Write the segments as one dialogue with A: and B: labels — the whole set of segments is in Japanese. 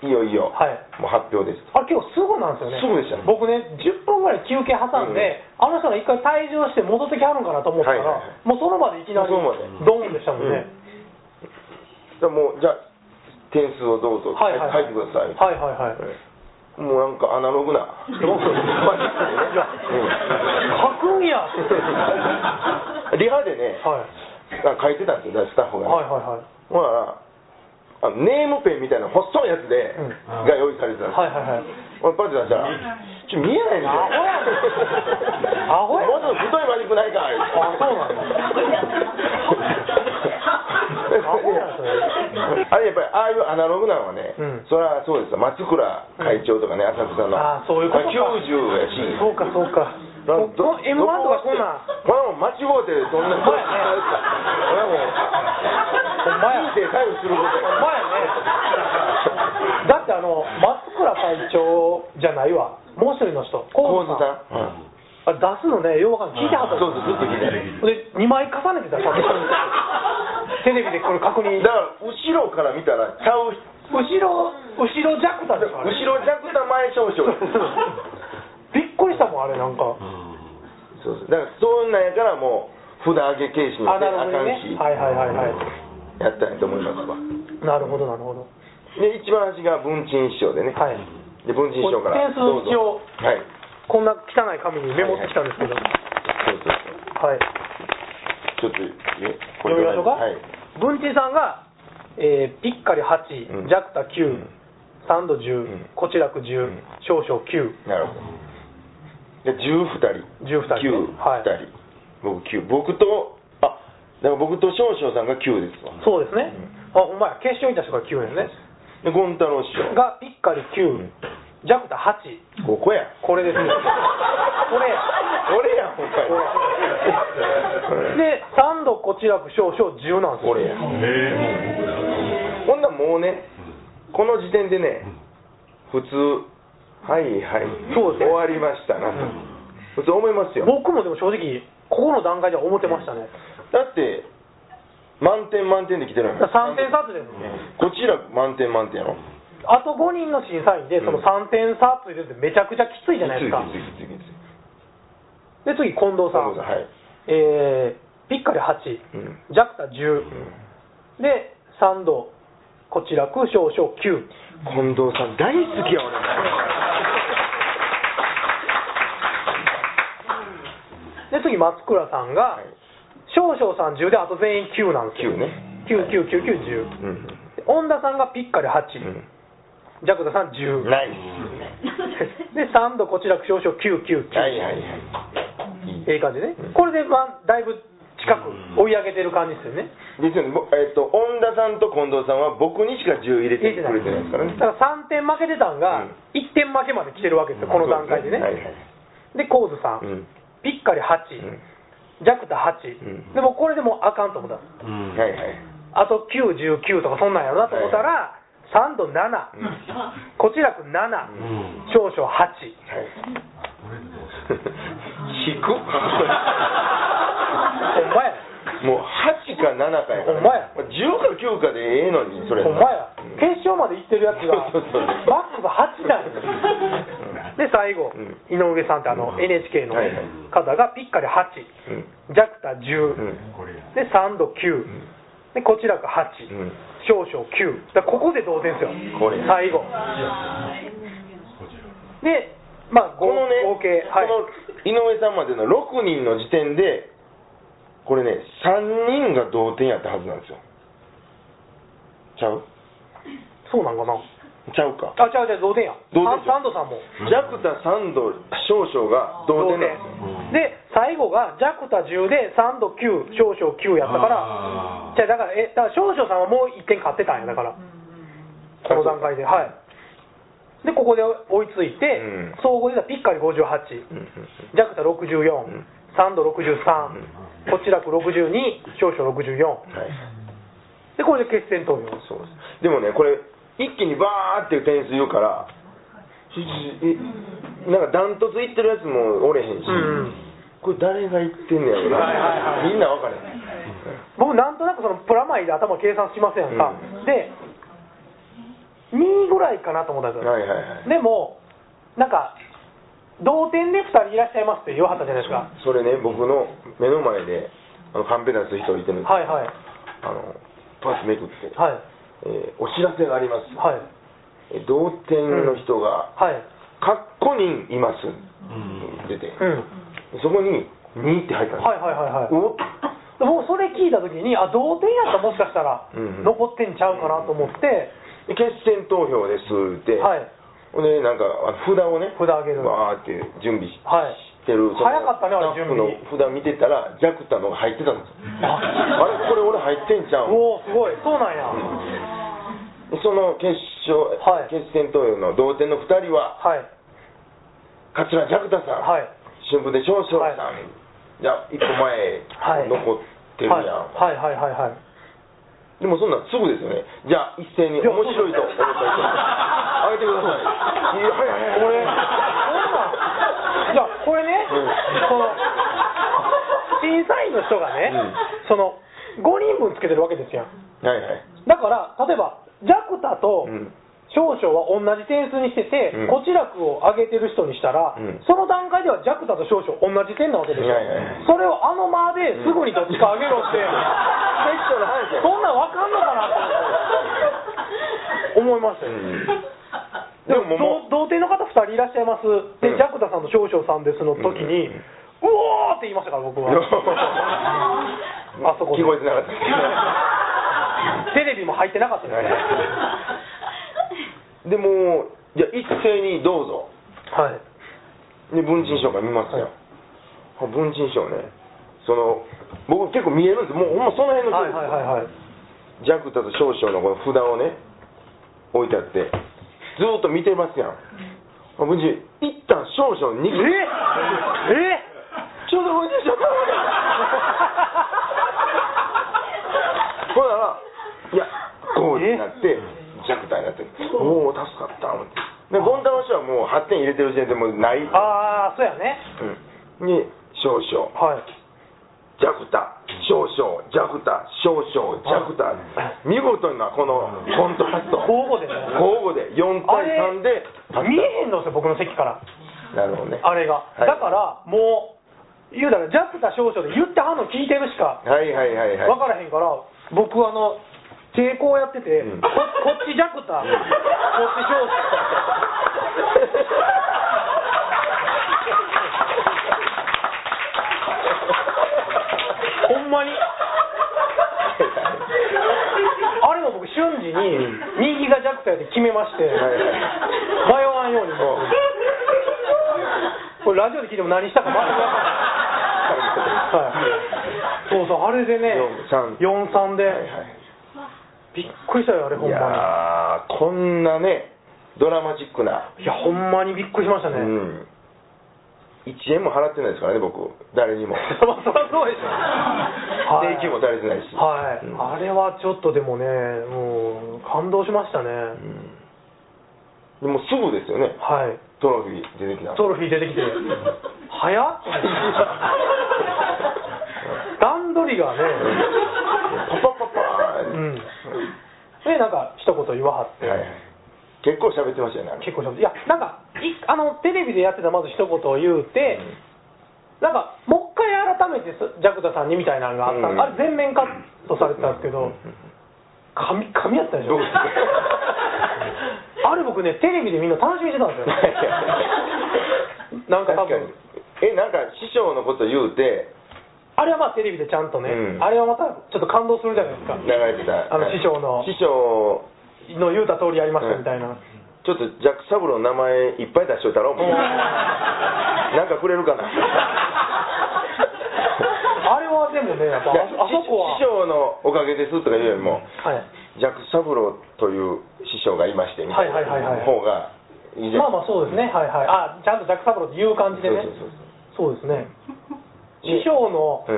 A: いよいよ、
B: はい
A: もう発表です
B: あ今日すぐなんですよね
A: すぐでしたね
B: 僕ね10分ぐらい休憩挟んで、あの人が一回退場して戻ってきはるんかなと思ったら、
A: はいはいはい
B: もうその場でいきなり
A: その場で
B: ドーンでしたもんね、
A: じゃあもうじゃあ点数をどうぞ、
B: はいはいは
A: 書い
B: い
A: てください、
B: はいはいはい、
A: もうなんかアナログ な
B: どうぞいや書くんやっ
A: うん
B: て
A: リハでね、
B: はい
A: なんか書いてたんですよスタッフが、
B: はいはいはい
A: ほらあのネームペンみたいな細いやつで、
B: うん
A: が用意されてたんですよ、
B: はいはいはい
A: 俺パンチ出したらちょ見えないんだよ
B: アホやん
A: もうちょっと太いマジックないかあ
B: あそうなんだアホやんそれ
A: あれやっぱりああいうアナログなのはね、
B: うん
A: それはそうですよ松倉会長とかね、浅草の
B: あーそういうことか
A: まあ90やし
B: そうかそうか
A: なん
B: ここの M1 とかそんなん
A: これはもう間違うてそんな
B: ほんまやね
A: これはもう
B: ほんまや
A: 人生左右すること
B: ほんまやねだってあの松倉会長じゃないわもう一人の人
A: 高
B: 河
A: 津
B: 野
A: さん、
B: あ出すのねようわかんない聞いてはった
A: そうそうずっと聞いてる
B: で2枚重ねてた 写真テレビでこれ確認
A: だから後ろから見たらちゃう人
B: 後ろ後ろジャクタでしょあ
A: 後
B: れ
A: ろジャクタ前 少々
B: びっくりしたもんあれなんか
A: そうそうだからそんなんやからもう札上げ形式にして
B: あ
A: あか
B: なるほど
A: ん
B: ね
A: し、
B: はいはいはいはい
A: やったんやと思いますわ
B: なるほどなるほど
A: で一番端が文鎮師匠でね、
B: はい
A: で文鎮師匠から
B: これ点数を一
A: ど
B: 応
A: うぞはい
B: こんな汚い紙にメモってきたんですけど
A: そうそうそう
B: はい
A: ちょっとえこ
B: 読みましょうか
A: はい
B: 文鎮さんが、えーピッカリ8、
A: うん
B: ジャクタ9、
A: うん
B: サンド10、
A: ん
B: コチラク10、
A: ん
B: 少々9
A: なるほどで12人
B: 12人ね
A: 九
B: はい
A: 二人僕9僕とあだから僕と少々さんが9ですわ
B: そうですね、あほんまや決勝にいた人が9ですね
A: で権太郎師匠
B: がピッカリ9、
A: ん
B: ジャクタ8
A: ここや
B: これですねこれ
A: 俺やんほんまに
B: でサンドコチラク少々10なんですよ
A: これやこんなんもうねこの時点でね普通はいはい
B: そうですね
A: 終わりましたなと普通思いますよ
B: 僕もでも正直ここの段階では思ってましたね
A: だって満点満点で来てるのよ
B: 3点差つですね
A: こちら満点満点やろ
B: あと5人の審査員でその3点差ついててめちゃくちゃきついじゃないですか
A: きついきついきついきつい
B: で次近藤さ
A: そう
B: ん
A: そうはい
B: えーピッカリ8、
A: うん
B: ジャクタ10、でサンドこちら空少々9
A: 近藤さん大好きや俺
B: で次松倉さんが、
A: はい
B: 少々さん10であと全員9なんですよ
A: 9ね
B: 999910、
A: うん
B: で恩田さんがピッカリ8、ジャクタさん10、
A: ナイ
B: で3度こちら少々
A: ス
B: 999、
A: はいはいはいいい
B: ええ感じね、これで、まあ、だいぶ近く追い上げてる感じですよね、
A: ですよね、ぼえっと恩田さんと近藤さんは僕にしか10入れて
B: 入れ
A: くれてない
B: てない
A: ですからね
B: だから3点負けてたんが、
A: うん
B: 1点負けまで来てるわけですよ、この段階でね、
A: はいはい
B: で、コーズさ
A: う
B: ん、
A: ん
B: ピッカリ8、ジャクタ8、
A: うん
B: でもこれでもうあかんと思ったんです
A: はいはい
B: あと9、19とかそんなんやろなと思ったら、3度7、こちらく7、少々
A: は
B: 8。
A: い。引く。
B: ほんまや。
A: もう八か七かやから。
B: ほんまや
A: 十か九かでええのにそれ。
B: ほんまや。決勝まで行ってるやつが、
A: そうそうそう
B: マックス8なんやで、最後、
A: うん
B: 井上さんってあの NHK の
A: はいはい
B: 方がピッカリ
A: う
B: 8、
A: ん。
B: ジャクタ10、
A: うん。
B: で、3度9、で、こちらく8、
A: うん
B: 少々9。だからここで同点ですよ
A: これ、
B: 最後。で、まあ、
A: このね、
B: 合計、はい。
A: この井上さんまでの六人の時点で。これね、三人が同点やったはずなんですよ。ちゃう。
B: そうなんかな。
A: ちゃうか。
B: あ、違う違う、同点や。
A: 同点でしょ
B: サンドさんも。
A: ジャクタ三度少々が同点なんですよ。
B: で、最後がジャクタ10で3度9、少々9やったから、じゃあだから、え、だから少々さんはもう1点勝ってたんや、だから、この段階で、はい。で、ここで追いついて
A: うん、
B: 総合で言ったらピッカリ
A: う
B: 58、
A: んうん
B: ジャクタ64、3度63、こちらく62、少々64。
A: はい。
B: で、これで決選投票。
A: そうですでもねこれ一気にバーって点数言うからひひえなんかダントツいってるやつもおれへんし、
B: うん
A: これ誰が言ってんねやろな、
B: はいはいはい
A: みんな分かれへん
B: 僕なんとなくそのプラマイで頭計算しませんか、
A: う
B: で2位ぐらいかなと思ったんですよ、
A: はいはいはい
B: でもなんか同点で2人いらっしゃいますって言わはったじゃないですか
A: それね僕の目の前であのカンペ出す人いてるんです、
B: はいはい
A: あのパスめくって、
B: はい
A: えーお知らせがあります、
B: はい
A: えー同点の人が
B: はい
A: 「かっこ人います」
C: うん
A: 出て、
B: うん
A: そこに「2」って入ったんです、
B: はいはいはいはい
A: おっ
B: もうそれ聞いた時にあ同点やったらもしかしたら
A: うんうん
B: 残ってんちゃうかなと思って、
A: で決選投票ですって、
B: はい
A: ほんでなんかあの札をね
B: 札あげる
A: バーって準備し,、
B: はい
A: てるその
B: 早かったねあれ準備
A: スタッフの札見てたらジャクタのが入ってたんですよあれこれ俺入ってんじゃん
B: おおすごいそうなんや、
A: その決勝、
B: はい
A: 決戦投票の同点の2人は
B: はい
A: 桂ジャクタさん、
B: はい
A: 春分で少々さん、
B: はい
A: じゃあ一歩前、
B: はい
A: 残ってる
B: はい
A: やん、
B: はいはいはいはい
A: でもそんなんすぐですよねじゃあ一斉に面白いと思った人あげてくださいいやはいはいはい
B: 俺いやこれね、
A: うん
B: その審査員の人がね、
A: うん
B: その5人分つけてるわけですよ
A: はいはい
B: だから例えばジャクタと
A: うん
B: 少々は同じ点数にしてて、
A: うん
B: こちらくを上げてる人にしたら、
A: うん
B: その段階ではジャクタと少々同じ点なわけです
A: い
B: よ、
A: やいやいや
B: それをあの間ですぐにどっちか上げろって、
A: 適当な話や
B: そんなん分かんのかなと思って思
A: で
B: いましたよ、
A: ももう
B: 同同貞の方2人いらっしゃいます、
A: う
B: で
A: ん
B: ジャクタさんと少々さんですの時に、う
A: うん
B: おーって言いましたから、僕は。あそこで
A: 聞こえてなかった
B: テレビも入ってなかったですね。
A: でもじゃあ一斉にどうぞ
B: はい、
A: で文珍賞から見ますよ、あ文珍賞ねその僕結構見えるんですもうほんまその辺の
B: は
A: 人
B: い、
A: です、
B: はい、はいはい。
A: ジャクタと少々のこの札をね置いてあってずーっと見てますやんあ文珍一旦少々逃
B: え
A: げ
B: え
A: ちょうど文珍賞頼むからほんならいやこうになってジャクタになっておお助かった思ってで権太郎師匠はもう8点入れてる時点でもうない
B: ああ、そうやね。
A: うんに少々
B: はい。
A: ジャクタ少々ジャクタ少々ジャクタ見事なこのコントラスト
B: 交互でね
A: 交互で4
B: あ
A: 対
B: れ
A: 3で勝っ
B: 見えへんのですよ、僕の席から。
A: たなるほどね
B: あれが。
A: はい
B: だから、もう、言うたら、ジャクタ少々で言ってはんの聞いてるしか
A: はいはいはいはい
B: 分からへんから、僕、あの、抵抗やってて、
A: うん
B: ここっちジャクタ、こっち少々。ほんまに。あれも僕瞬時に右が弱体で決めまして迷
A: はい
B: わんようにもうこれラジオで聞いても何したか全く分からない、はい、そうそうあれでね
A: 43
B: 43で、
A: はいはい
B: びっくりしたよあれほん
A: い
B: まに
A: やーこんなねドラマチックな、
B: いやほんまにびっくりしました
A: う
B: ね、
A: ん、1円も払ってないですからね僕誰にも
B: まあそりゃそう でしょ、はい、
A: 定期もされてないし
B: はい、
A: うん
B: あれはちょっとでもねもう感動しましたね、
A: うんでもすぐですよね
B: はい
A: トロフィー出てきた
B: トロフィー出てきて早っ段取りがね
A: パパパパーン
B: うんでなんか一言言わはって、
A: はいはい結構喋ってましたよねあれ
B: 結構しゃべっていやなんかいあのテレビでやってたまず一言言うて、なんかもう一回改めてすジャクタさんにみたいなのがあった、
A: うん
B: あれ全面カットされてたんですけど、紙紙やったでしょ
A: どうですか
B: あれ僕ねテレビでみんな楽しみにしてたんですよ なんか多
A: 確か
B: 分
A: にえなんか師匠のこと言うて
B: あれはまあテレビでちゃんとね、
A: うん
B: あれはまたちょっと感動するじゃないですか、
A: 流れてた
B: あの師匠の
A: 師匠
B: の言うた通りやりましたみたいな、
A: ちょっとジャック・サブローの名前いっぱい出しといたろうなんかくれるかな
B: あれはでもねやっぱ
A: いや
B: ああそこは
A: 師匠のおかげですとか言うよりも
B: はい
A: ジャック・サブローという師匠がいましてみたいな
B: はいはいはいはい
A: 方がいいじゃ
B: まあ
A: ん
B: まあそうですねはいはいあちゃんとジャック・サブローっていう感じでね
A: そうそうそう
B: そうですね師匠の
A: う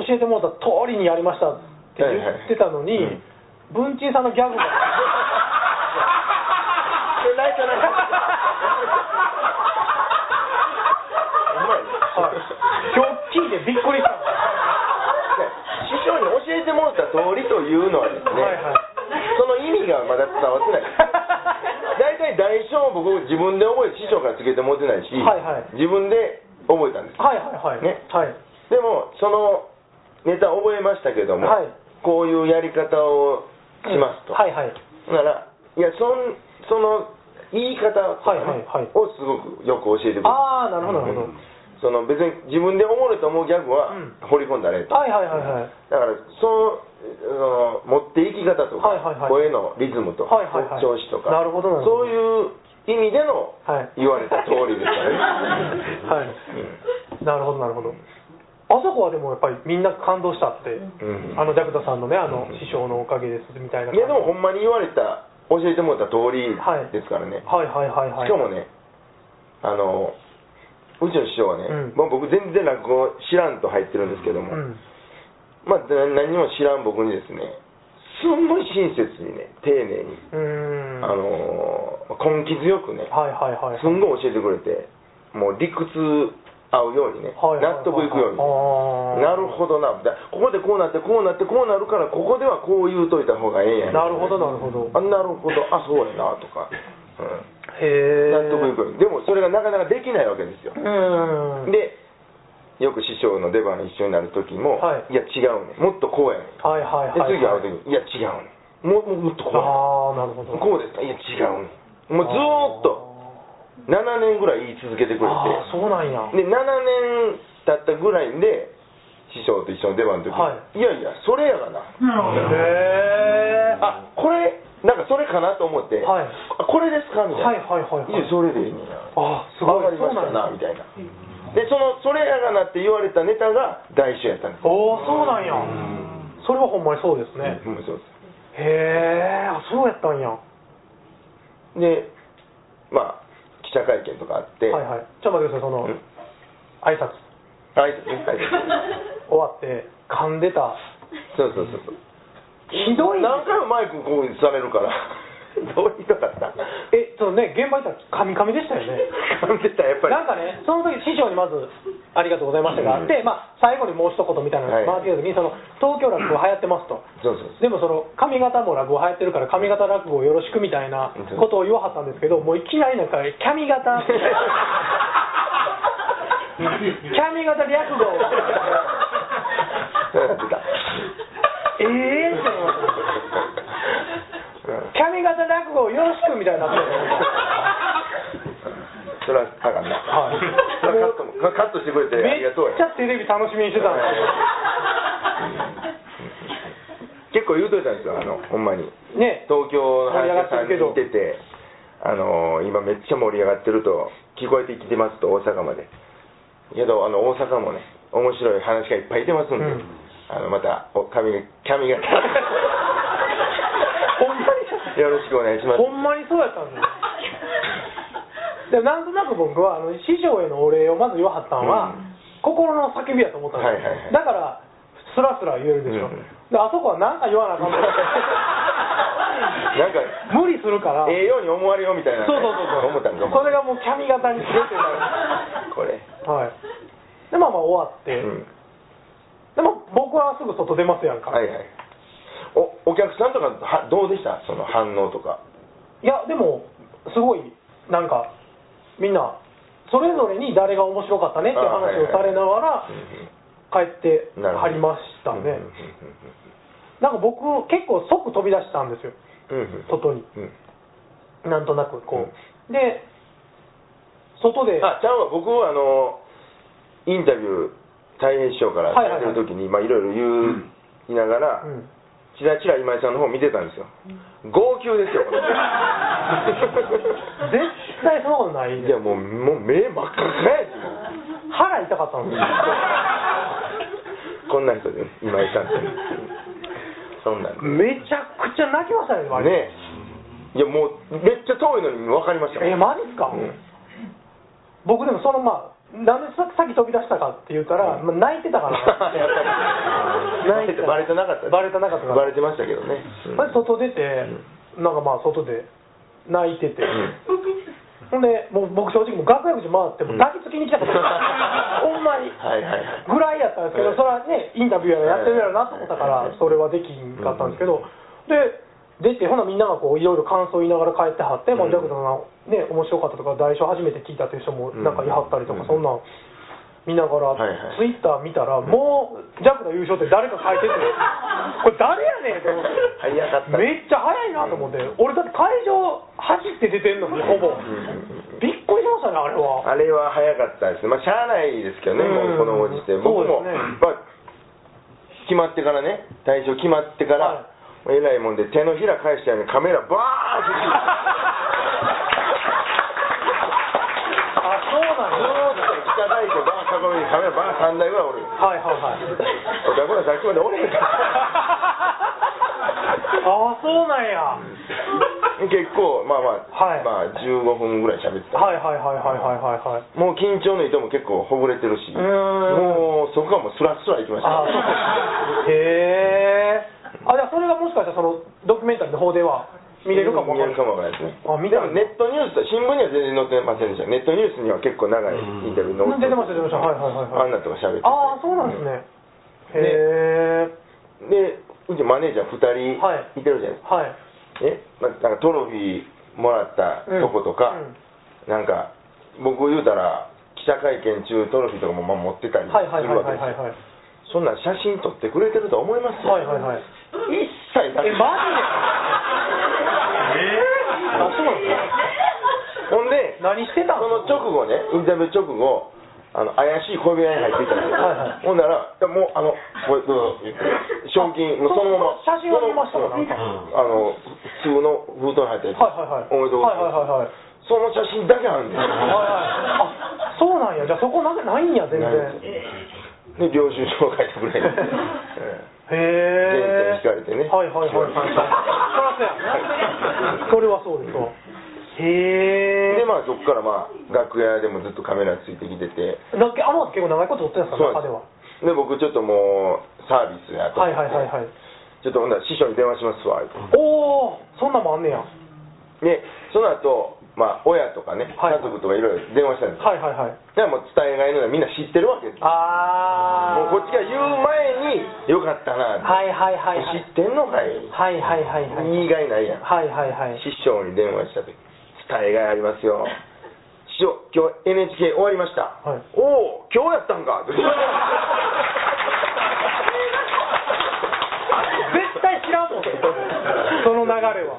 A: ん
B: 教えてもらった通りにやりましたって言ってたのに、
A: はいはいうん
B: 文鎮さんのギャグ が
A: ないかない
B: はいひょっきりでびっくりした
A: 師匠に教えてもらった通りというのはですね、
B: はいはい
A: その意味がまだ伝わってないも僕自分で覚えて師匠からつけて持ってないし、
B: はいはい
A: 自分で覚えたんです
B: はいはいはい。
A: ね
B: はい。
A: でもそのネタ覚えましたけども、
B: はい
A: こういうやり方をしますと、
B: はいはい。
A: ならいやそんその言い方とかね
B: はいはいはい
A: をすごくよく教えてくれる
B: ああ、なるほどなるほど。
A: うんその別に自分でおもろいと思うギャグは
B: うん
A: 掘り込んだらええと、
B: はいはいはいはい。
A: だからそうあの持っていき方とか、
B: はいはいはい
A: 声のリズムとか、
B: はいはいはい
A: 調子とか
B: なるほどなる
A: そ
B: ほど
A: ういう意味での
B: はい
A: 言われた通りですからね、
B: はいなるほどなるほど。あそこはでもやっぱりみんな感動したって、
A: ん
B: あのジャクタさんのねあの
A: うん
B: 師匠のおかげですみたいな
A: い
B: 感じ。
A: やでもほんまに言われた教えてもらった通り
B: はい
A: ですからね、
B: はいはいはいはい。
A: しかもねあのうちの師匠はね、
B: うん
A: まあ、僕全然落語知らんと入ってるんですけども、
B: うん。
A: まあ、な何も知らん僕にですねすんごい親切にね丁寧に、
B: うーん。
A: あの根気強くね、
B: はいはいはい。
A: すんごい教えてくれてもう理屈合うようにね、
B: はいはいはいはい
A: 納得いくように、
B: あー
A: なるほどなだここでこうなってこうなってこうなるからここではこう言うといた方がええんやね
B: なるほどなるほど
A: あなるほどあそうやなとか、うん
B: へえ。
A: 納得いくようにでもそれがなかなかできないわけですよ
B: うーん。
A: でよく師匠の出番一緒になる時も、
B: はい
A: や違うねもっとこうやね
B: はいはい
A: で
B: はい。
A: 次会う時にいや違うねもももっとこうや
B: ああ、なるほど。
A: ねこうですかいや違うねもうずーっと7年ぐらい言い続けてくれて
B: あーそうなんや
A: で7年経ったぐらいで師匠と一緒の出番の時に、、
B: はい
A: やいやそれやがな
B: へえ。
A: あこれなんかそれかなと思って、
B: はい
A: あこれですかみたいな
B: はいはいはいはい
A: やそれでいいねんな
B: あーすごい
A: わかりましたな
B: そうなんや
A: みたいなでそのそれやがなって言われたネタが第一章やったんですよ
B: おお、そうなんや。それはほんまにそうですね。
A: うんそうです
B: へえ、あそうやったんや。は
A: でまあ記者会見とかあっ
B: い
A: て、
B: はい。ちょっと待ってください、そ
A: う
B: の
A: ん
B: 挨拶
A: 挨拶ね挨拶
B: 終わって噛んでた。
A: そうそうそうそう
B: ひどい。
A: 何回もマイクこうされるから どうひどかった
B: え、そのね、現場行ったら噛み噛みでしたよね。
A: 噛んでたやっぱり
B: なんかね、その時師匠にまず「ありがとうございました」があって、まあ、最後にもう一言みたいなの
A: はい
B: が回ってきた時に、その東京落語流行ってますと。
A: そうそ う そう
B: でもその髪型も落語流行ってるから髪型落語をよろしくみたいなことを言わはったんですけどもういきなりなんかキャ ミ型キャミ型略語
A: そうやって た
B: ええー、キャミ型落語をよろしくみたいになってる
A: それはあかんな、
B: はい
A: それはカットもカカットしてくれてあ
B: め
A: り
B: っ
A: がとうや
B: ちゃテレビ楽しみにしてたん
A: 結構言うといたんですよあのほんまに
B: ね
A: 東京の
B: 盛り上が
A: 話
B: って
A: さ
B: る
A: んに行っててあの
B: けど
A: ー今めっちゃ盛り上がってると聞こえてきてますと大阪までけどあの大阪もね面白い話がいっぱい出ますんで、
B: うん
A: あのまたお髪が髪 が
B: ほんまに
A: よろしくお願いします
B: ほんまにそうやったんだよでもなんとなく僕はあの師匠へのお礼をまず言わはったんは、
A: うん
B: 心の叫びやと思ったんです
A: はい
B: よ、
A: はいはい
B: だからスラスラ言えるでしょ、
A: うん
B: であそこは何か言わなあかんと
A: な
B: 思
A: んか
B: って無理するから、
A: ええように思われようみたいな
B: そうそうそうそう
A: 思ったんか
B: それがもうキャミ型にするっていうか
A: これ
B: はいでまあまあ終わって、
A: うん
B: でも僕はすぐ外出ますやんか、
A: はいはいおお客さんとかはどうでしたその反応とか
B: いやでもすごいなんかみんなそれぞれに誰が面白かったねっていう話をされながら帰って
A: なるほど
B: はりましたねなんか僕結構即飛び出したんですよ
A: うんうんうんうん
B: 外に
A: うん
B: なんとなくこうで外では
A: あちゃんは僕はあのインタビュー大変師匠から
B: はいは
A: や
B: い
A: っ
B: はい
A: てる時にまあいろいろ言いながら、
B: うん
A: ちらちら今井さんの方見てたんですよ、号泣ですよ
B: 絶対そんなことない
A: いやもうもう目真っ赤っかやしもう
B: 腹痛かったんですよ
A: こんな人で今井さんってそんなんで
B: めちゃくちゃ泣きましたねあれ
A: ねえいやもうめっちゃ遠いのに分かりました
B: えマジっすか、
A: うん
B: 僕でもそのまあなんでささっき飛び出したかって言ったら、まあ、泣いてたから な
A: やっぱり
B: 泣いてた
A: バレてなかった
B: バレてなかったから
A: バレてましたけどね、うん
B: まず外出て、なんかまあ外で泣いてて、ほんでもう僕正直もう楽屋口回ってもう抱きつきに来たかった、ほんまに
A: はいはいはい
B: ぐらいやったんですけど、
A: うん
B: それはねインタビューやらやってるやろなと思ったから、
A: はい
B: それはできんかったんですけど、ででってほなみんながこういろいろ感想言いながら帰ってはって、もうジャクタのね面白かったとか代償初めて聞いたという人もなんか言いはったりとか、
A: うん
B: そんなん見ながら、
A: はいはい
B: ツイッター見たらもうジャクタ優勝って誰か書い ててこれ誰やねんと思って。
A: 早かった
B: めっちゃ早いなと思って、俺だって会場走って出てんのにほぼ、びっくりしましたねあれは
A: あれは早かったですまあしゃあないですけどね、
B: うん
A: もうこのご時世僕
B: そ
A: も、
B: うですね
A: まあ、決まってからね対象決まってから、えらいもんで手のひら返したようにカメラバーンって
B: あそうなん
A: ずーっと北大将バーン囲みにカメラバーン3台ぐらいおる
B: はいはいはい
A: おだこらさっきまでおれへん
B: ああそうなんや
A: 結構まあま
B: はい
A: あ、まあ15分ぐらい喋ってた
B: はいはいはいはいはいはいはい
A: もう緊張の糸も結構ほぐれてるし
B: うーん
A: もうそこはもうスラスラいきました
B: あそうへえあじゃあそれがもしかしたらそのドキュメンタリーの方では見れるかもわ
A: 見
B: か
A: れ
B: んな
A: る
B: い
A: かもわからないですね
B: あ見た
A: でもネットニュースと新聞には全然載ってませんでしたネットニュースには結構長いインタビュー載
B: 出てました出てましたはいは
A: あ
B: いはい
A: んな
B: はい
A: とか喋ってて
B: ああそうなんですねへえ
A: でうちマネージャー2
B: は
A: 人いてるじゃないですか、
B: はい
A: えなんかなんかトロフィーもらったとことか、
B: うん
A: なんか僕言うたら記者会見中トロフィーとかもまあ持ってたりす
B: はいはいはい
A: るわ
B: は
A: け
B: い
A: です
B: はい
A: よ
B: はい
A: そんなん写真撮ってくれてると思いますよ、
B: はいはいはい
A: 一切だ
B: えマジであそうなんで
A: ほんで
B: すか何してた
A: そ
B: ん
A: の直後ねインタビュー直後あの怪しい小部屋に入っていったんですよ、
B: はいはい
A: ほんならでもうあのこれどうぞ言って賞金もうそのまま
B: 写真は見ました
A: そ
B: か
A: の
B: なんか
A: あの普通の封筒に入ってる
B: はいはいはい
A: おめでとうございます、
B: はいはいはいはい
A: その写真だけあるんですよ
B: はいはいあそうなんやじゃあそこなんかないんや全然
A: で領収書を書いてく れる
B: へえ
A: 電車に引かれてね
B: はいはいはいはいはいそりゃそうやそれはそうですわへ
A: で
B: え
A: まあそこからまあ楽屋でもずっとカメラついてきてて
B: だっけあま結構長いこと撮ってたんですか
A: なん
B: 中では
A: すで僕ちょっともうサービスやと思
B: はい
A: って
B: はいはいはい
A: ちょっとほんなら師匠に電話しますわ言うて
B: おおそんなんもあんねやは
A: でその後、まあ親とかね
B: は
A: 家
B: い
A: 族とかいろいろ電話したんです、
B: いはいはい
A: でもう伝えがいのないみんな知ってるわけですも
B: あ
A: う
B: あ
A: こっちが言う前によかったな、
B: はいはいはいはい
A: 知ってんのかい
B: はいはいはいはい
A: 言いがいないやん
B: はいはいはい
A: 師匠に電話した時伝えがいあります よ師匠今日 NHK 終わりました、
B: はい
A: おお今日やったん か
B: 絶対知らんもんその流れは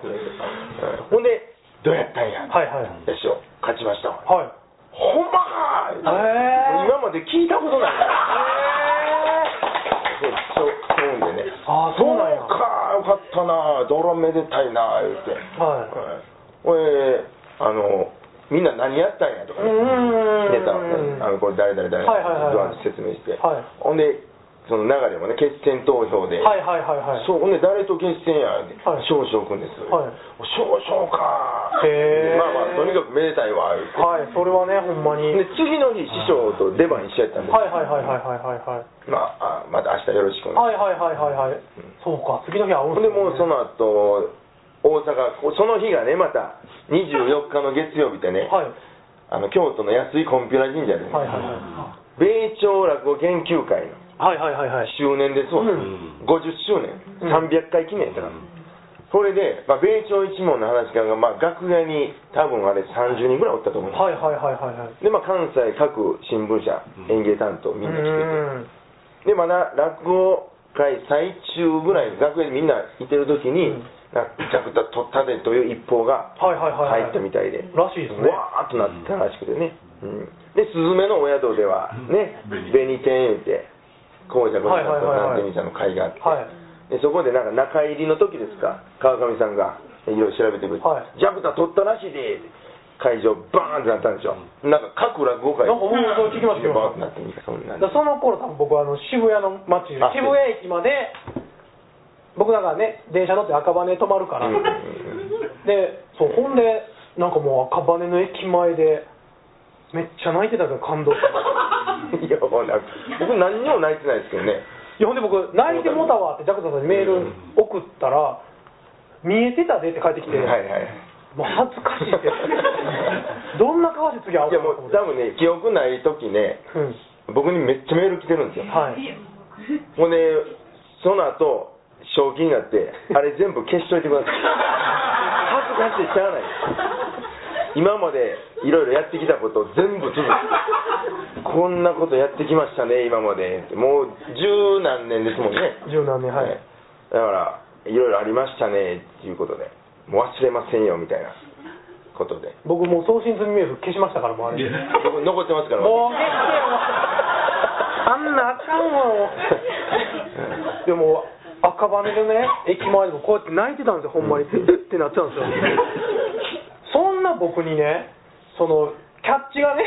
A: ほんでどうやったんや、
B: はいはい
A: 師匠勝ちましたわ
B: はい
A: ほんまかー
B: へー
A: 今まで聞いたことないそうそううんでね
B: あーそうなんや
A: そうかよかったなドロめでたいな言って
B: は
A: これあのみんな何やったんやとか
B: う
A: ね
B: ーん
A: ネタをねあのこれ誰々誰々
B: はいはいはいはい
A: ドア説明して、
B: はい
A: ほんでその流れもね決選投票で、
B: はいはいはいはい
A: そうほんで誰と決戦やって、
B: はい
A: 少々くんです、
B: はい
A: 少々か
B: へー
A: まあまあとにかくめでたいわ言うて
B: はいそれはねほんまに
A: で次の日師匠と出番一緒やったんです、
B: はいはいはいはいはいはいはい
A: まああまた明日よろしくお願いします
B: はいはいはいはいはいそうか次の日会うん
A: ほんでもうそ
B: の
A: の後大阪こうその日がねまた24日の月曜日でね、
B: はい
A: あの京都の安井コンピュラ神社でね、
B: はいはいはい
A: 米朝落語研究会の
B: はいはいはいはい
A: 周年ですわ、
B: うん
A: 50周年
B: うん
A: 300回記念だから、それで、まあ、米朝一門の話家が、まあ、楽屋に多分あれ30人ぐらいおったと思う、
B: はいはいはいはいはい
A: で、まあ、関西各新聞社演芸担当みんな来てて、で
B: うーん
A: まだ落語会最中ぐらい楽屋にみんないてる時に
B: うん
A: 「なジャクタ取ったで」という一報が
B: はいはいはいはい
A: 入ったみたいで
B: らしいですね
A: わーっとなってたらしくてね、うんで「すずめのお宿」ではね「紅天」言うてこうじゃこうじゃと
B: はいはいは
A: な
B: いはい
A: んてみたいの会があって、
B: はい
A: でそこでなんか中入りの時ですか川上さんがいろいろ調べてくれて
B: はい
A: 「ジャクタ取ったらしいで」会場バーンってなったんでしょなんか各落語会
B: なんか僕も聞きましたよ
A: バーンってなってみたいそんなん
B: だからその頃多分僕はあの渋谷の街
A: あ
B: 渋谷駅まで僕だからね電車乗って赤羽止まるから、
A: うんうん
B: でそうほんでなんかもう赤羽の駅前でめっちゃ泣いてたから 感動して
A: いや、もうなんか僕何にも泣いてないですけどね。
B: いやほんで僕泣いてもうたわってジャクソンさんにメール送ったら、見えてたでって帰ってきて、
A: はいはい。
B: もう恥ずかし いってどんな顔して次会おう
A: いやもう
B: かなと思って
A: 多分ね、記憶ない時ね、僕にめっちゃメール来てるんですよ
B: うん。はい
A: ほんで、その後、賞金があってあれ全部消しといてください 恥ずかしいしゃあない今までいろいろやってきたことを全部潰すこんなことやってきましたね今までもう十何年ですもんね
B: 十何年はい、
A: ねだからいろいろありましたねっていうことでもう忘れませんよみたいなことで
B: 僕もう送信済みメール消しましたからもうあれもう
A: 僕残ってますから
B: 消してよあんなあかんわもう でも赤羽でね駅前でもこうやって泣いてたんですよほん まに、うってなってたんですよそんな僕にねそのキャッチがね、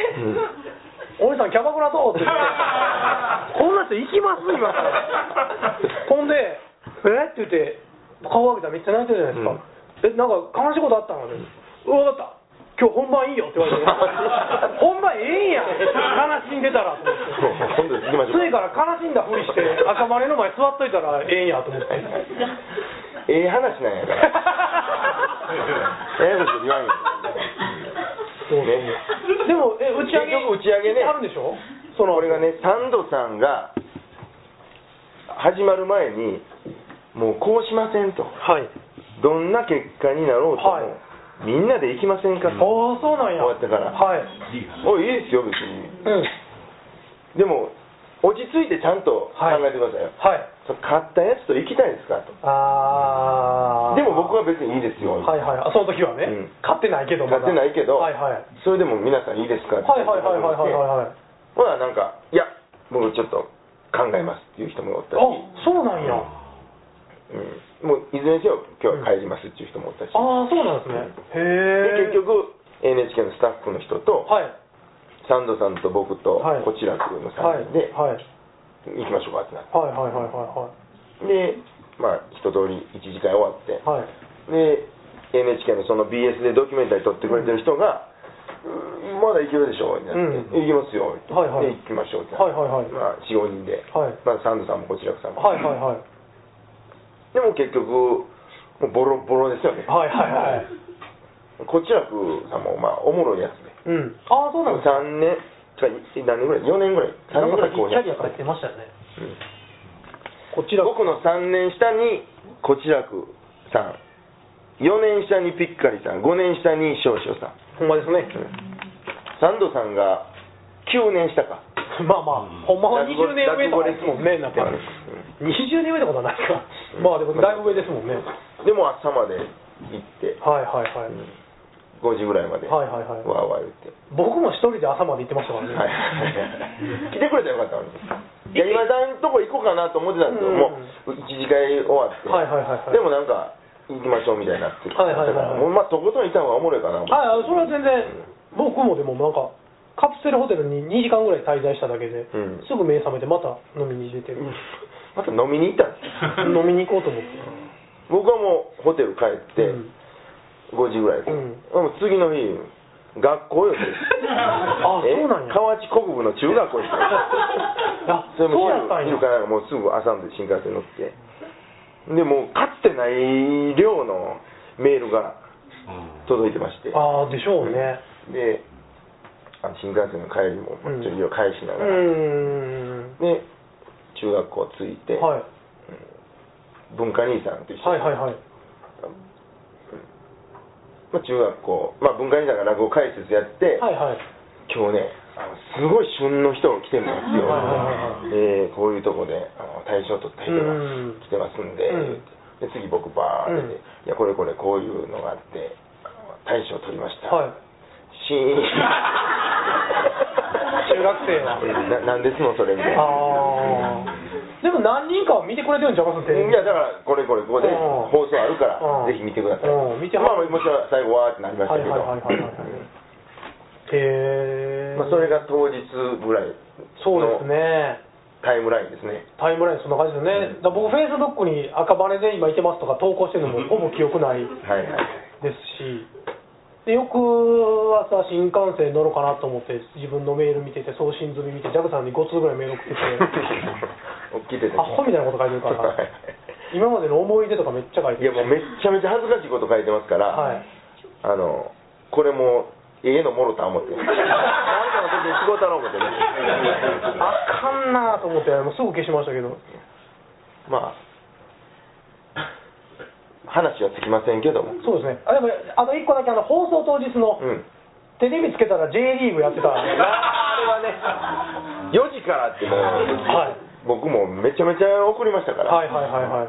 B: おじさんキャバクラどうって言ってこんな人行きます今からほんでえって言って顔上げたらめっちゃ泣いてるじゃないですか、えなんか悲しいことあったので、うわ分かった今日本番いいよって言わ れて本番ええんや悲しんでたらと思って
A: 今度行きましょう
B: ついから悲しんだふりして赤羽の前座っといたらええんやと思って
A: ええ話なんやから ええこと言わんよ
B: そう
A: ね
B: でもえ打ち上げ
A: 結局打ち上げね
B: あるんでしょ
A: その俺がねサンドさんが始まる前にもうこうしませんと
B: はい
A: どんな結果になろうとも、
B: はい
A: みんなで行きませんか
B: ああ
A: と
B: そうなんや
A: 終わってから
B: はい
C: いい話
A: おいいいですよ別に
B: うん
A: でも落ち着いてちゃんと考えてくださいよ、
B: はい
A: そう買ったやつと行きたいですかと
B: ああ
A: でも僕は別にいいですよ、
B: はいはいあその時はね、
A: うん
B: 買ってないけどまだ
A: 買ってないけど
B: はいはいはい
A: それでも皆さんいいですかって
B: はいはいはいはいはいはい
A: ほらなんかいや僕ちょっと考えますっていう人もおったし、
B: あそうなんや
A: うん、もういずれにせよ今日は帰りますっていう人もおったし、
B: ああそうなんですねへ
A: で
B: え
A: 結局 NHK のスタッフの人と、
B: はい
A: サンドさんと僕と
B: はい
A: こちらくの
B: はい
A: 3人で
B: はいはい
A: 行きましょうかってなって
B: はいはいは
A: でまあ一通り1時間終わって
B: いはいはい
A: で NHK のその BS でドキュメンタリー撮ってくれてる人が「うんまだ行けるでしょ」になって
B: う
A: 「
B: ん
A: 行きますよ」って
B: はいはい
A: で行きましょう」って
B: はいはいはい
A: まあ、45人で、
B: はい
A: まあ、サンドさんもこちらさんも、
B: はいはいはい
A: でも結局もうボロボロですよね、
B: はいはいはい
A: こちらくさんもまあおもろいやつで
B: うんああそうなんですね
A: 3年違う何年ぐらい4年ぐらい3年ぐらい後輩
D: 書いてましたよね
A: うん
B: こちら
A: 僕の3年下にこちらくさん4年下にピッカリさん5年下に少々さん
B: ほんまですね、
A: サンドさんが9年下か
B: まあまあ、ほんまは20年上とかですもんね、なんか、
A: うん
B: 20年上ってことはないか、まあでもだいぶ上ですもんね、は
A: でも朝まで行って
B: いはいはい、
A: 5時ぐらいまで
B: はいはいはい
A: わーわー言って、
B: 僕も一人で朝まで行ってましたからね、
A: はい来 てくれたらよかったのにいや今さんとこ行こうかなと思ってたんですけど、
B: うん
A: もう1次会終わって、
B: はいはいはいはい
A: でもなんか行きましょうみたいになってきて
B: はいはいはいはい
A: もうまあとことんいた方がおもろいかな思って
B: はい、それは全然、僕もでもなんか、カプセルホテルに2時間ぐらい滞在しただけで、
A: うん
B: すぐ目覚めて、また飲みに出てる、
A: また飲みに行ったんですよ
B: 飲みに行こうと思って、
A: 僕はもうホテル帰って、
B: うん
A: 5時ぐらいです、
B: うん
A: でも次の日学校よって
B: あそうなんや、
A: 河内国分の中学校ですよ
B: あ
A: それも
B: そうやったんや
A: 昼昼からもうすぐ朝まで新幹線乗ってでもうかつてない量のメールが届いてまして
B: ああ、でしょうね、
A: であの新幹線の帰りも
B: うん
A: ちょっと返しな
B: う
A: がら、
B: ーん、
A: で中学校着いて、
B: はい、
A: 文化兄さんと一緒に、
B: はいはいはい、
A: まあ、中学校、まあ、文化兄さんが落語解説やって、
B: はいはい。
A: 今日ねあのすごい旬の人が来てるんですよ
B: はいはいはいはい
A: でこういうとこであの大賞取った人が
B: うん
A: 来てますんで,、
B: うん
A: で次僕バーって、
B: うん
A: いやこれこれこういうのがあってあの大賞取りました、
B: はい
A: シーン
B: 中学生は
A: えななんですのそれみたいな
B: ああでも何人かは見てくれてるんちゃいます
A: いやだからこれこれここで
B: うん
A: 放送あるから
B: うん
A: ぜひ見てください
B: うん見て
A: まあまあもちろん最後はーってなりまし
B: は
A: た
B: い
A: け
B: はい
A: ど
B: はいはいはいへえ、
A: まあそれが当日ぐらい
B: そうです
A: の
B: ね
A: タイムラインですね
B: タイムラインそんな感じですよね、だから僕フェイスブックに赤羽で今いてますとか投稿してるのもほぼ記憶ない
A: はいはいはい
B: ですしで翌朝新幹線乗ろうかなと思って自分のメール見てて送信済み見て JAL さんに5通ぐらいメール 送ってて
A: 聞いてて
B: アホみたいなこと書いてるから今までの思い出とかめっちゃ書い て
A: いや
B: る
A: もうめっちゃめちゃ恥ずかしいこと書いてますから、
B: はい
A: あのこれもええのもろた思 ってあんたの時に仕事だろう思ってね
B: あかんなと思ってもうすぐ消しましたけど
A: まあ話はつきませんけども
B: そうですねあでもあと一個だけあの放送当日の、
A: うん
B: テレビつけたら J リーグやっ てた
A: ああれはね4時からってもう、
B: はい
A: 僕もめちゃめちゃ怒りましたから、
B: はいはいはいはい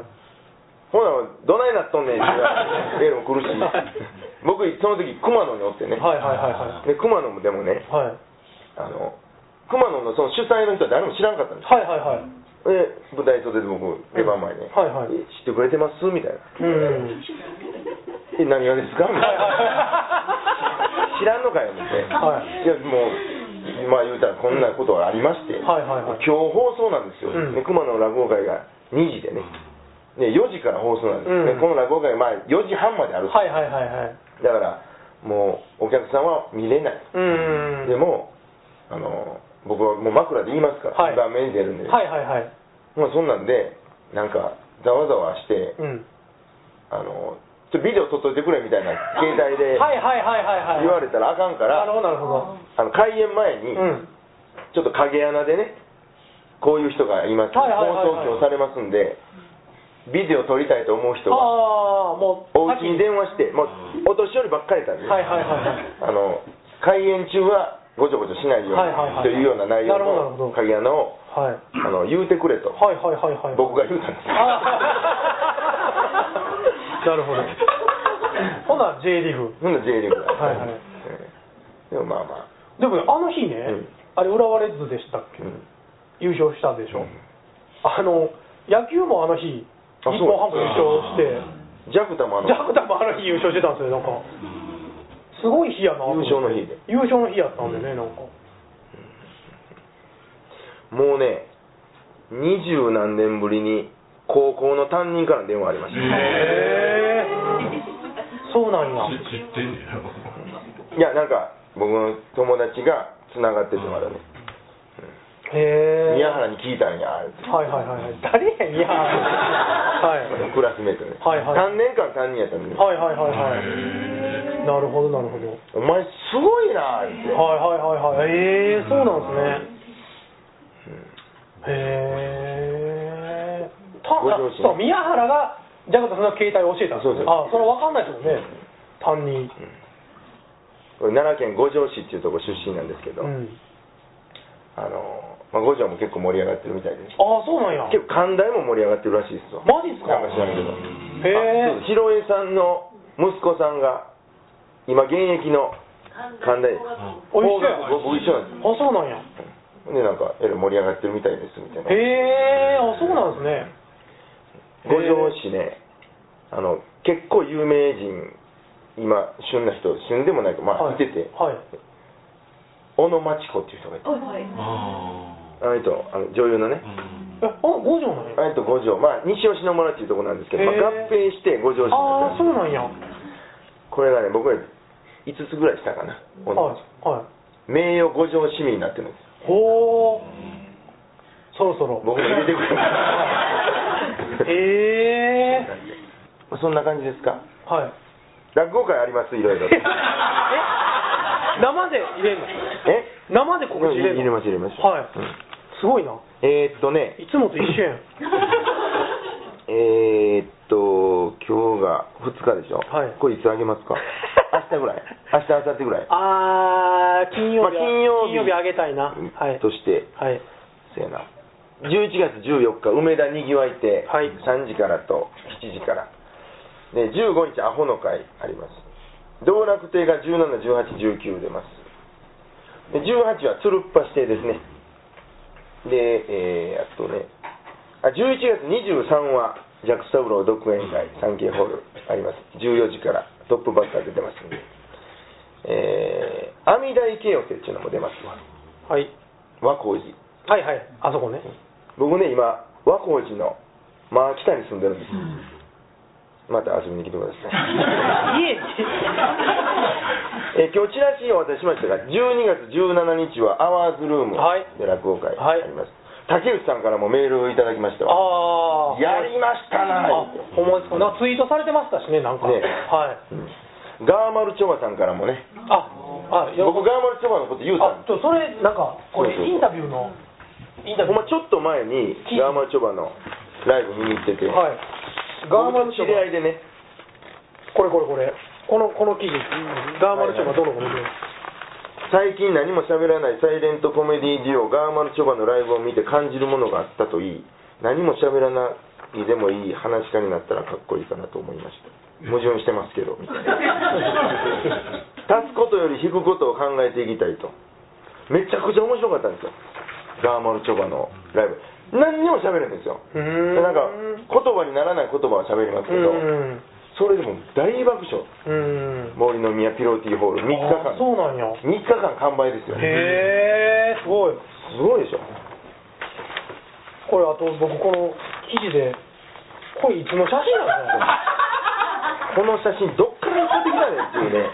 A: ほなどないなっとんねんって言われてメー ルも来るし僕その時熊野におってね、
B: はいはいはいはい
A: で熊野もでもね
B: はい
A: あの熊野のその主催の人は誰も知らんかったんです
B: はいはいはい
A: で舞台袖で僕出番前に、ね
B: はいはい
A: え知ってくれてます?」みたいな
B: うん
A: 「え何がですか?」みたい
B: は
A: な「
B: い
A: 知らんのかよ」みたいな「、
B: はい
A: やもうまあ言うたらこんなことがありまして、
B: はいはいはい
A: 今日放送なんですよ、
B: うん
A: ね熊野落語会が2時でねで4時から放送なんです、
B: うん
A: ねこの落語会まあ4時半まである、
B: はいはいはいはい
A: だからもうお客さんは見れない、
B: うん
A: でもあの僕はもう枕で言いますから、
B: はい
A: 画面に出るんで、
B: はいはいはい
A: まあ、そんなんでなんかざわざわして、
B: うん
A: あのちょビデオ撮っといてくれみたいな携帯で
B: はいはいはいはいはい
A: 言われたらあかんか
B: な
A: ら、
B: るほどなるほど
A: あの開演前
B: う
A: に
B: ん
A: ちょっと影穴でねこういう人がいます、
B: はいはいはいはい
A: 放送今日されますんでビデオ撮りたいと思う人が
B: ああもう
A: お家に電話してもうお年寄りばっかりだったんで、
B: はいはいはいはい
A: あの開演中はごちょごちょしないように、
B: はいはいはい
A: というような内容
B: なるほどなるほど
A: の影穴を
B: はい
A: あの言うてくれと、
B: はいはいはいはい
A: 僕が言うたんです
B: あー なるほどほな J リーグ
A: ほんなら J リーグだ
B: はいはい
A: えーでもまあまあ、
B: でもねあの日ね、
A: うん
B: あれ浦和レッズでしたっけ
A: うん
B: 優勝したでしょ、あの野球もあの日日
A: あそう
B: 本ハム優勝して
A: ジャクタもあの
B: ジャクタもあの日優勝してたんですよなんかすごい日やな
A: 優勝の日で
B: 優勝の日やったんでねなんか
A: もうね二十何年ぶりに高校の担任からの電話ありました、
B: へえそうなんや
C: 知知ってんねやろ。
A: いやなんか僕の友達がつながっててまだね、
B: へえ
A: 宮原に聞いたんやって
B: はいはいはいはい誰や宮 原はい
A: クラスメートね、
B: はいはい
A: 3年間担任やったんで、
B: はいはいはいはい
C: へ
B: なるほどなるほど
A: お前すごいなーって、
B: はいはいはいはいええそうなんですねへえた
A: ご両親
B: そう宮原がジャガタさんの携帯を教えたんです
A: そ
B: ね
A: うそう
B: あそれ分かんないですもんね担任
A: これ奈良県五条市っていうとこ出身なんですけど、
B: うん
A: あのーまあ、五条も結構盛り上がってるみたいです
B: ああそうなんや
A: 結構関大も盛り上がってるらしいですよ
B: マジっすか
A: なんか知らんけど
B: へえ
A: あそうひろえさんの息子さんが今現役の関大です
B: お一緒や
A: 僕僕一緒なんで
B: あそうなんや
A: すでなんかえらい盛り上がってるみたいですみたいな
B: へえあそうなんですね
A: 五条市ねあの結構有名人今旬な人旬でもないかまあ、
B: はい
A: いてて
B: はい
A: 小野真知子っていう人がいて
C: ーあ
A: あの人あの女優のね
C: ーうん
B: えあ五条なんや
A: あの人五条まあ西吉野村っていうところなんですけど、まあ、
B: へえ
A: 合併して五条市に
B: あ
A: な
B: あ
A: った
B: そう
A: です
B: んなんやはい
A: これがね僕ら5つぐらいしたかな、小野真知
B: はい
A: 子名誉五条市民になってるんです
B: ほうそろそろ
A: 僕も入れてくれ
B: へえ
A: そんな感じですか
B: はい
A: 落語会ありますいろいろ
B: え生で入れるの
A: え
B: 生で告知入れ
A: 入
B: るの
A: れます入れます
B: はい、
A: うん
B: すごいな
A: えー、っとね
B: いつもと一緒やん
A: えー、っと今日が2日でしょ、
B: はい
A: これいつあげます か明日ぐらい明日明後日ぐらい
B: あー金曜日は、
A: まあ金曜日
B: あげたいな
A: うん
B: はい
A: として
B: はい
A: せやな11月14日梅田にぎわい亭、
B: はい
A: 3時からと7時からで15日アホの会あります道楽亭が171819出ますで18はつるっぱ指定ですねでえー、あとねあ11月23はジャック・サブロー独演会サンケイホールあります14時からトップバッター出てますんでえー、阿弥陀池寄せっていうのも出ますわ
B: はい
A: 和光寺
B: はいはいあそこね
A: 僕ね今和光寺の真北に住んでるんです、また遊びに来てくださ
B: 家に
A: いえ今日チラシを渡しましたが12月17日はアワーズルーム
B: はい
A: で落語会
B: は
A: あ
B: い
A: ります、竹内さんからもメールをいただきましたわ
B: ああ
A: やりましたな
B: あほんまですかなんかツイートされてましたしねなんか
A: ね
B: はい
A: うんガーマルチョバさんからもね
B: ああよ
A: 僕ガーマルチョバのこと言うた
B: あ
A: んで
B: ちょそれなんかこれ
A: そうそう
B: インタビューのインタ
A: す
B: ビュー
A: ほんまちょっと前にガーマルチョバのライブ見に行ってて、
B: はいガーマルチ
A: 僕の知
B: ョ
A: り合い
B: バ
A: でね
B: これこれこれこのこの記事ガーマルチョがどの子も出てる
A: 最近何も喋らないサイレントコメディデュオガーマルチョバのライブを見て感じるものがあったといい何も喋らないでもいい話家になったらかっこいいかなと思いました矛盾してますけどみたいな足すことより引くことを考えていきたいとめちゃくちゃ面白かったんですよガーマルチョバのライブ何にも喋るんですよ
B: うーん
A: なんか言葉にならない言葉は喋りますけ
B: う
A: ど
B: ん
A: それでも大爆笑
B: うん
A: 森の宮ピローティーホール3日
B: あ
A: 間
B: そうなんや
A: 3日間完売ですよ
B: へえすごい
A: すごいでしょ
B: これあと僕この記事でこれいつの写真なんです
A: こ
B: か
A: の写真どっから送ってきたねっていうね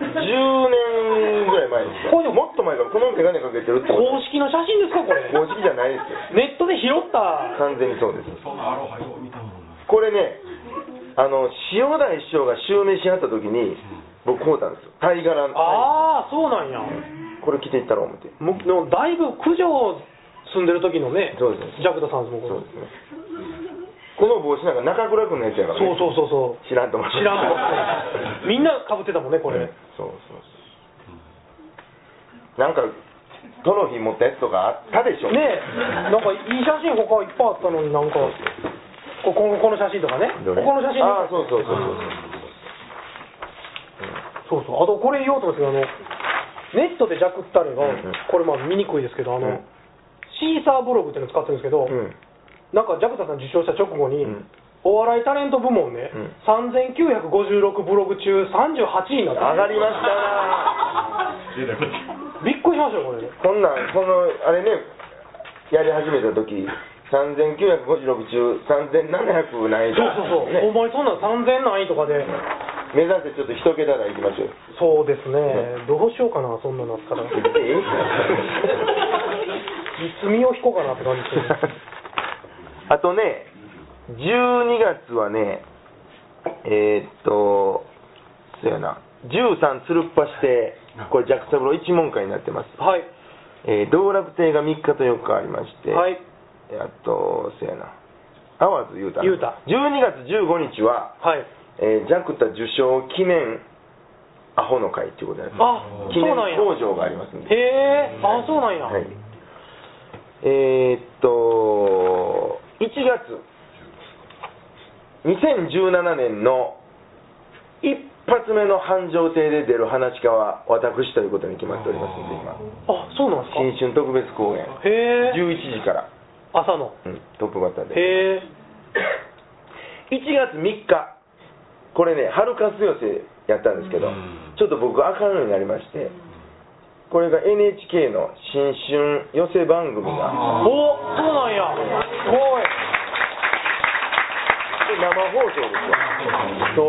A: 10年ぐらい前ですよ
B: これでも
A: もっと前からこの眼鏡かけてるってこと
B: 公式の写真ですかこれ
A: 公式じゃないですよ
B: ネットで拾った
A: 完全にそうです
C: そんなアロハよう見たもんな。
A: これねあの塩田師匠が襲名しはった時に僕こうたんですよ貝殻
B: ああそうなんや
A: これ着ていったろう思って
B: もうでもだいぶ九条住んでる時のね
A: そうです
B: ジャクダさんですもんこれ
A: そうですねこの帽子なんか中倉君のやつやから、ね、
B: そうそうそうそう
A: 知らんと思う
B: 知らん わみんなかぶってたもんねこれ、
A: そうそうそうなんかトロフィー持ったやつとかあったでしょ
B: ねえなんかいい写真他いっぱいあったのになんかここのこの写真とかね
A: どれ
B: この写真
A: ああそうそうそうそう
B: そうそうあとこれ言おうと思うんですけどあのネットでジャクったれが、
A: うんうん
B: これまあ見にくいですけどあの、
A: うん
B: シーサーブログっていうの使ってるんですけど、
A: うん
B: なんかジャクタさん受賞した直後に、
A: うん
B: お笑いタレント部門ね、
A: うん
B: 3956ブログ中38位になった
A: 上がりまし
C: 出
A: た
C: てこい
B: びっくりしましたよこれ
A: こんなんこのあれねやり始めた時3956中3700ない
B: そうそうそう、
A: ね、
B: お前そんなん3000何位とかで、
A: 目指してちょっと一桁台いきましょうよ
B: そうです
A: ね
B: ね、どうしようかなそんなのあったらい
A: ええ
B: つ身を引こうかなって感 じですね
A: あとね、12月はね、えーっと、そうやな、13つるっぱして、これ、ジャックサブロー一問会になってます。
B: はい
A: えー道楽亭が3日と4日ありまして、
B: はい
A: えーあと、そうやな、淡津雄太。
B: 雄太
A: 12月15日は、
B: はい
A: えージャクタ受賞記念アホの会ということで、
B: あ
A: 記
B: そ
A: 念
B: うなんや
A: 工場がありますんで。
B: へえあそうなんや、
A: はい、えーっと、1月、2017年の一発目の繁盛亭で出る話家は私ということに決まっておりますので、今、
B: あそうなんですか
A: 新春特別公演、
B: へえ
A: 11時から、
B: 朝の
A: うん、トップバッターで。
B: へえ
A: 1月3日、これね、春活寄せやったんですけど
C: うん、
A: ちょっと僕、あかんようになりまして、これが NHK の新春寄せ番組が。
B: おそうなんやすごい
A: 生放送ですよ、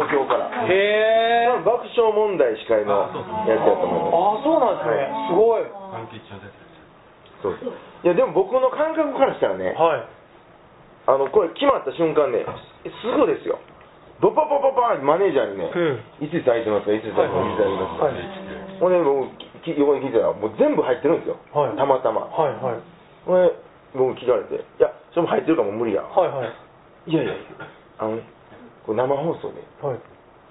A: 東京から。
B: へえ
A: 爆笑問題司会のやつやと
B: あ
A: 思います。
B: そうなんですね、すごい
C: パンキッチャーで。
A: そうそういや、でも僕の感覚からしたらね、
B: はい
A: あのこれ決まった瞬間ね、すぐですよ、ボパパパパーってマネージャーにね、いついつ空いてますか、いついつ空いてますか、いつ空いてますか。
B: はい
A: ほんで、僕、き横に聞いたら、もう全部入ってるんですよ、
B: はい
A: たまたま。
B: はいはい
A: ほんで、僕聞かれて、いや、それも入ってるからもう無理や。
B: はいはい
A: いやいや、あのね、これ生放送で、
B: はい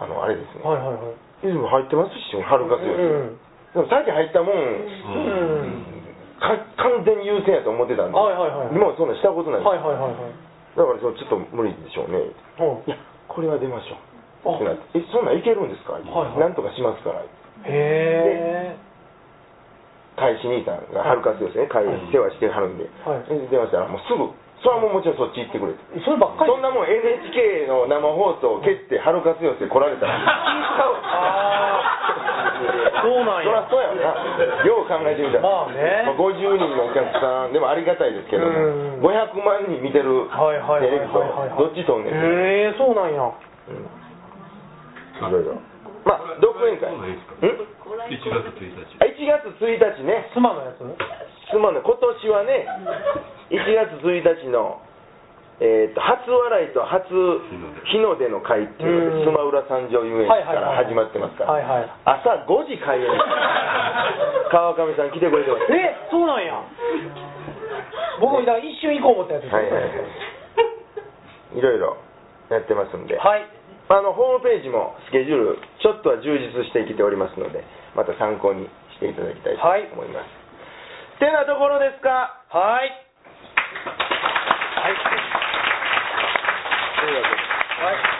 A: あの、あれですね、
B: はいはいは
A: いつ
B: い
A: も入ってますし、春活よ
B: うんうん
A: でもさっき入ったもん、
B: うん
A: か完全に優先やと思ってたんで、
B: はいはいはい
A: 今までそんなんしたことない
B: はい
A: です、
B: はいはいはい
A: だからそのちょっと無理でしょうね、
B: うん
A: いや、これは出ましょう
B: あ
A: ってなって、え、そんなんいけるんですか、
B: はい
A: なんとかしますから、
B: へえ
A: 大使兄さんが春活ですね、会
C: はい
A: 世話してはるんで、
B: はい
A: で電話したら、もうすぐ、それはもうもちろんそっち行ってくれて。
B: そればっかり
A: そんなもん NHK の生放送を蹴って春活寄せ来られた ら
B: あーそうなんや
A: そらそうやなよう考えてみたら
B: まあね
A: まあ50人のお客さんでもありがたいですけど
B: うん
A: も500万人見てる
B: はいはいはい
A: テレビと
B: はいはい
A: どっちとんねんうん
B: へえそうなんや
A: いろいろまあ独演会
C: そうなんですか
A: ん
C: 1月1日。
A: あ1月1日ね
B: 妻のやつ
A: すまんない今年はね1月1日のえー、と初笑いと初日の出の会っていうのでス
B: うん
A: マウラ三条遊園地から始まってますから、
B: はいはい
A: 朝5時開演川上さん来てくれてます
B: えそうなんや Oh. 僕もだから一瞬行こう思ったやつです
A: はいはいはいいろいろやってますんで、
B: はい
A: あのホームページもスケジュールちょっとは充実してきておりますのでまた参考にしていただきたいと思います、てなところですか
B: はい
A: というわけで
B: はい